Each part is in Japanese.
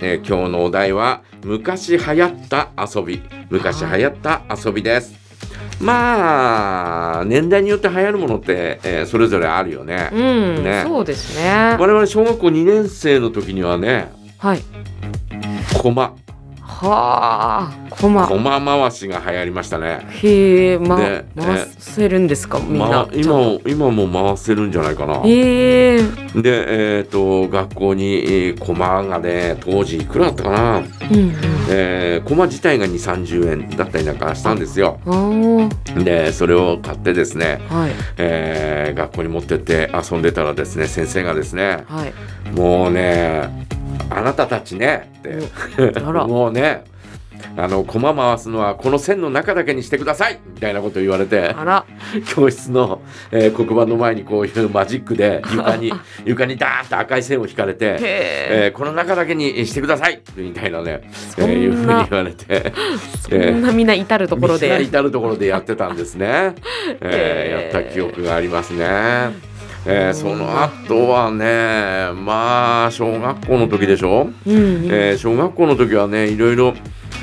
えー今日のお題は昔流行った遊び昔流行った遊びですまあ年代によって流行るものって、えーそれぞれあるよね、うん、ねそうですね。我々小学校2年生の時にはねはい。駒はあ、コマ。駒回しが流行りましたねへえ、ま、ね回せるんですか、みんなま。今も今も回せるんじゃないかなへえ、でえっ、と学校に、えー駒がね当時いくらだったかな、うんえー駒自体が2 3 0円だったりなんかしたんですようん。あでそれを買ってですね、あ、はい、えー学校に持ってって遊んでたらですね先生がですねはい。もうねあなたたちねってあ ら、もうねあの駒回すのはこの線の中だけにしてくださいみたいなこと言われてあら、教室の、えー黒板の前にこういうマジックで床 に床にダーッと赤い線を引かれへて、え、えーこの中だけにしてくださいみたいなね、えそーいうふうんにな言われてそんなみんな至るところみんなで。至るところでやってたんです ね、えーへーやった記憶がありますね。えーそそうのなんだ後はねまあ小学校の時でしょ、うん、うん、えー小学校の時はねいろいろ、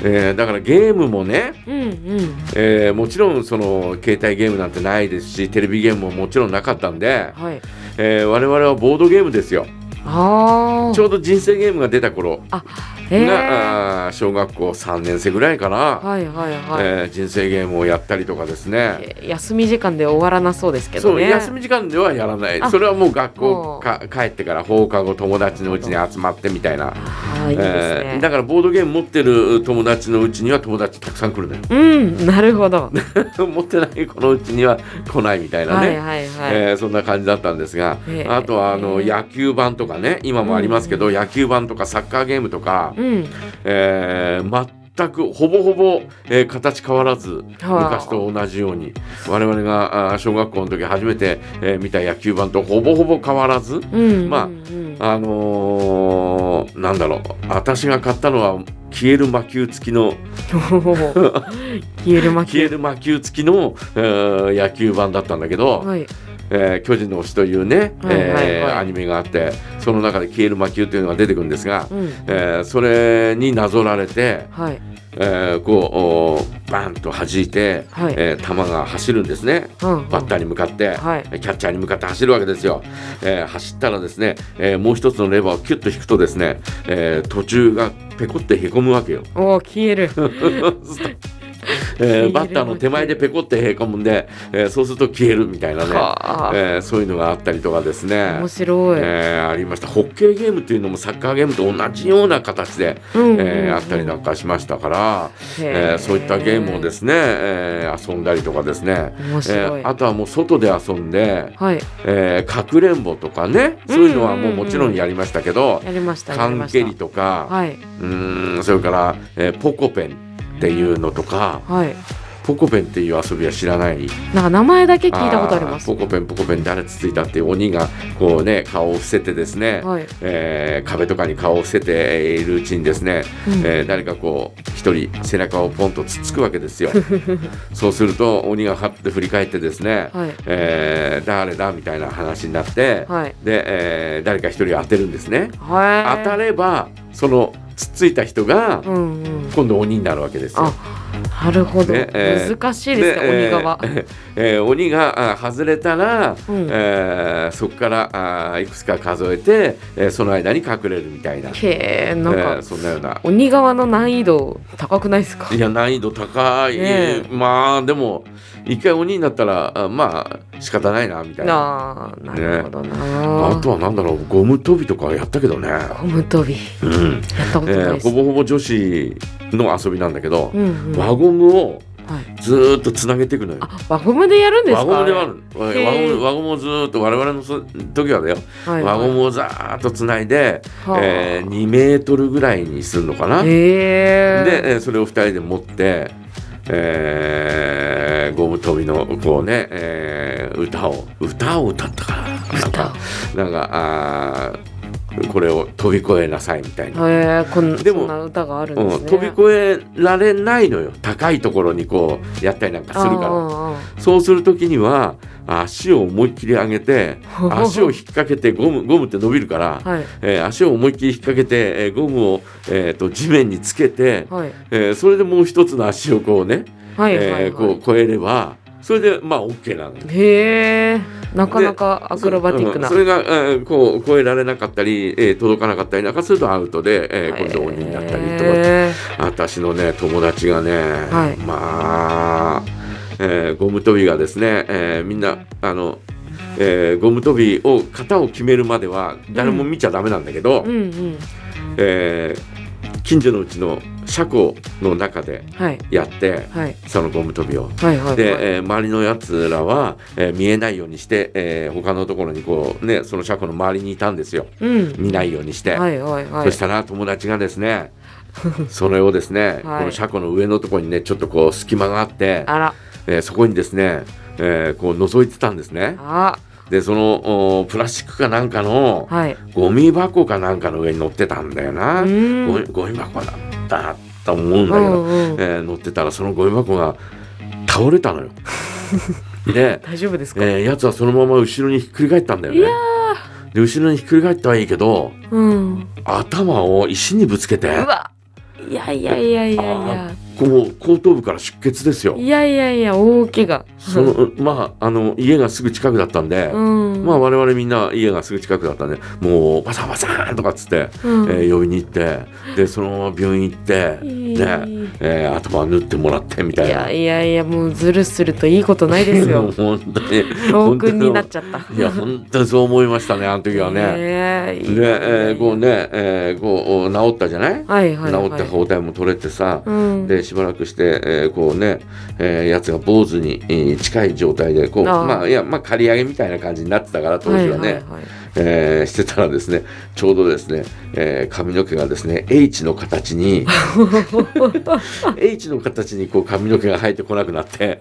えーだからゲームもね、うん、うん。えーもちろんその携帯ゲームなんてないですしテレビゲームももちろんなかったんで、はい。えー我々はボードゲームですよああち、ょうど人生ゲームが出た頃へえ、はが、あー小学校3年生ぐらいかな、い、はい、はい。えー人生ゲームをやったりとかですねえ休み時間で終わらなそうですけそどうね。休み時間ではやらないあそれはもう学校もかう帰ってから放課後友達のうちに集まってみたいなああ、いいですえーね。だからボードゲーム持ってる友達のうちには友達たくさん来るね うん、なるほど。持ってない子のうちには来ないみたいなはね、い、はい、はい。えーそんな感じだったんですが、ええあとはあのええ野球盤とかね今もありますけど、野球盤とかサッカーゲームとか、うん、えー全くほぼほぼ、えー形変わらずはあ昔と同じように我々があー小学校の時初めて、えー見た野球盤とほぼほぼ変わらず、うん、まあうんあのーなんだろう私が買ったのは消える魔球付きのおー 消える巻き。消える魔球付きの、えー野球盤だったんだけど、はい。えー巨人の推し」というね、はいはいはいえーアニメがあってその中で「消える魔球」というのが出てくるんですが、うん。えーそれになぞられて、はい。えーこうおーバンと弾いて、はいえー球が走るんですねうん。バッターに向かって。はい。キャッチャーに向かって走るわけですよ、えー走ったらですね、えーもう一つのレバーをキュッと引くとですね、えー途中がペコってへこむわけ よ、おお、消える。えーバッターの手前でペコってへこむんで、えーそうすると消えるみたい なね、はあえーそういうのがあったりとかですね面白い。えーありましたホッケーゲームというのもサッカーゲームと同じような形で、うんうんうんえーあったりなんかしましたから、へえーそういったゲームをですね、えー遊んだりとかですね、面白いえーあとはもう外で遊んで、はい。えーかくれんぼとかねそういうのはもうもちろんやりましたけど、やりました。やり缶ました蹴りとか、はい。うーんそれから、えーポコペンっていうのとかはい。ポコペンっていう遊びは知らないなんか名前だけ聞いたことあります。ーポコペンポコペン誰つついたっていう鬼がこうね顔を伏せてですね、はい。えー壁とかに顔を伏せているうちにですね、うんえー誰かこう一人背中をポンとつっつくわけです よそうすると鬼がはって振り返ってですね、はいえー誰だみたいな話になって、はい。で、えー誰か一人当てるんですね、はい。当た。ればそのつっついた人がうんうん。今度鬼になるわけですよあ、なるほど。ねえー難しいですね、鬼側。えー えー鬼があ外れたら、うんえーそこからあーいくつか数えて、えーその間に隠れるみたいなへえ、 なんえーかそんなような鬼側の難易度高くないですかい。や難易度高い、ねえまあでも一回鬼になったらあまあ仕方ないなみたいななあ、なるほどな。あとはなんだろうゴム跳びとかやったけどね、ゴム跳び。うんやったことえないーです。ほぼほぼ女子の遊びなんだけど、うんうん。は輪ゴムをい。ずーっとつなげていくのよ。あ、輪ゴムでやるんですか。輪ゴムであ割れるへ輪ーゴム輪ゴムをずーっと我々のそ時はだよ、はいは輪いゴムをざーっとつないで、はあえー2メートルぐらいにするのかな、へえ。でえーそれを2人で持って、えーゴム跳びのこうね、えー歌を歌を歌ったかななんかなんかあーこれを飛び越えなさいみたいな、へえ、こんでもそんな歌があるんうでんすね。飛び越えられないのよ高いところにこうやったりなんかするから。ら。そうするときには足を思いっきり上げ て足を引っ掛けてゴムゴムって伸びるから、はいえー足を思いっきり引っ掛けて、えーゴムを、えーと地面につけて、はいえーそれでもう一つの足をこうね、はいはい、えーこう越えればそれでまあ OK なのよ。へえなかなかアクロバティックな、そううんそれが、えーこう超えられなかったり、えー届かなかったりなんかするとアウトで、えー、今度鬼になったりとかってへ私のね友達がね、はいまあ、えーゴム跳びがですね、えーみんなあの、えーゴム跳びを型を決めるまでは誰も見ちゃダメなんだけど、ーうんうんえー近所のうちの車庫の中ではいやってはいそのゴム跳びを。はいはいはいで、えー周りのやつらは、えー見えないようにして、えー他のところにこうねその車庫の周りにいたんですようん見ないようにして、はいはいはいそしたら友達がですねそれをですね、はいこの車庫の上のところにねちょっとこう隙間があって、あらえーそこにですね、えーこう覗いてたんですねあでそのおープラスチックかなんかのはいゴミ箱かなんかの上に乗ってたんだよな、うんゴミゴミ箱だったと思うんだけうど、んうんえー乗ってたらそのゴミ箱が倒れた のよ。で、大丈夫ですか、えー、やつはそのまま後ろにひっくり返ったんだよいやね。で後ろにひっくり返ったはいいけどーうん頭を石にぶつけてうわいやいやいやいやいあやこう後頭部から出血ですよい。やいやいや大怪我そのまああの家がすぐ近くだったんで、うんまあ我々みんな家がすぐ近くだったんでもうバサバサーンとかっつって、うんえー呼びに行ってでそのまま病院行っていいね、えー頭縫ってもらってみたいいな。やいやいやもうズルするといいことないですよ 本当に教訓になっちゃったいや本当にそう思いましたねあの時はね。ねえいいで、えーこうね、えーこう治ったじゃない、はいはいはい治った包帯も取れてさ、うんでしばらくして、えーこうね、えーやつが坊主に、えー近い状態でこうあーまあいやまあ刈り上げみたいな感じになってたから当時はね、いはいはいえーしてたらですねちょうどですね、えー髪の毛がですね H の形に H の形にこう髪の毛が生えてこなくなって。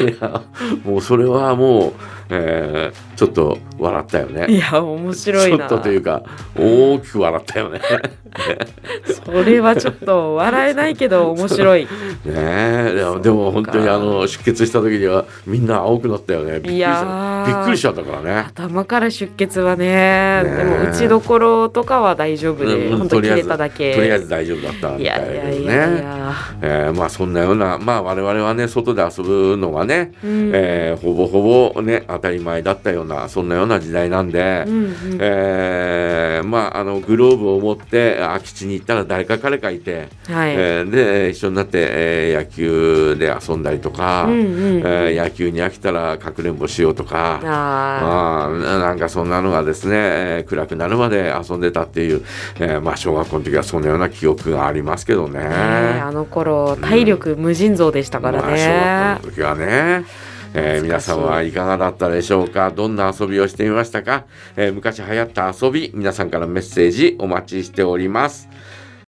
いやもうそれはもう、えーちょっと笑ったよねいや面白いなちょっとというか大きく笑ったよねそれはちょっと笑えないけど面白いねえでそもうかでも本当にあの出血した時にはみんな青くなったよねびっくりいしやたーびっくりしちゃったからね頭から出血はねねえでも打ちどころとかは大丈夫で、うん本と当り切あえれずただけとりあえず大丈夫だったいみたいやだいやけいどやいねや、えーまあそんなようなまあ我々はね外で遊ぶのがね、うんえーほぼほぼね当たり前だったようなそんなような時代なんで、うんうんえーまああのグローブを持って空き地に行ったら誰か彼かいて、はい、えーでえー一緒になって、えー野球で遊んだりとか、うんうんうんえー野球に飽きたらかくれんぼしようとか。あまあ、ななんかそんなのがですね、えー暗くなるまで遊んでたっていう、えーまあ小学校の時はそのような記憶がありますけどね。ーねえあの頃体力無尽蔵でしたからまあ小学ね、校の時はね。えー皆さんはいかがだったでしょうかどんな遊びをしてみましたか、えー昔流行った遊び、皆さんからメッセージお待ちしております。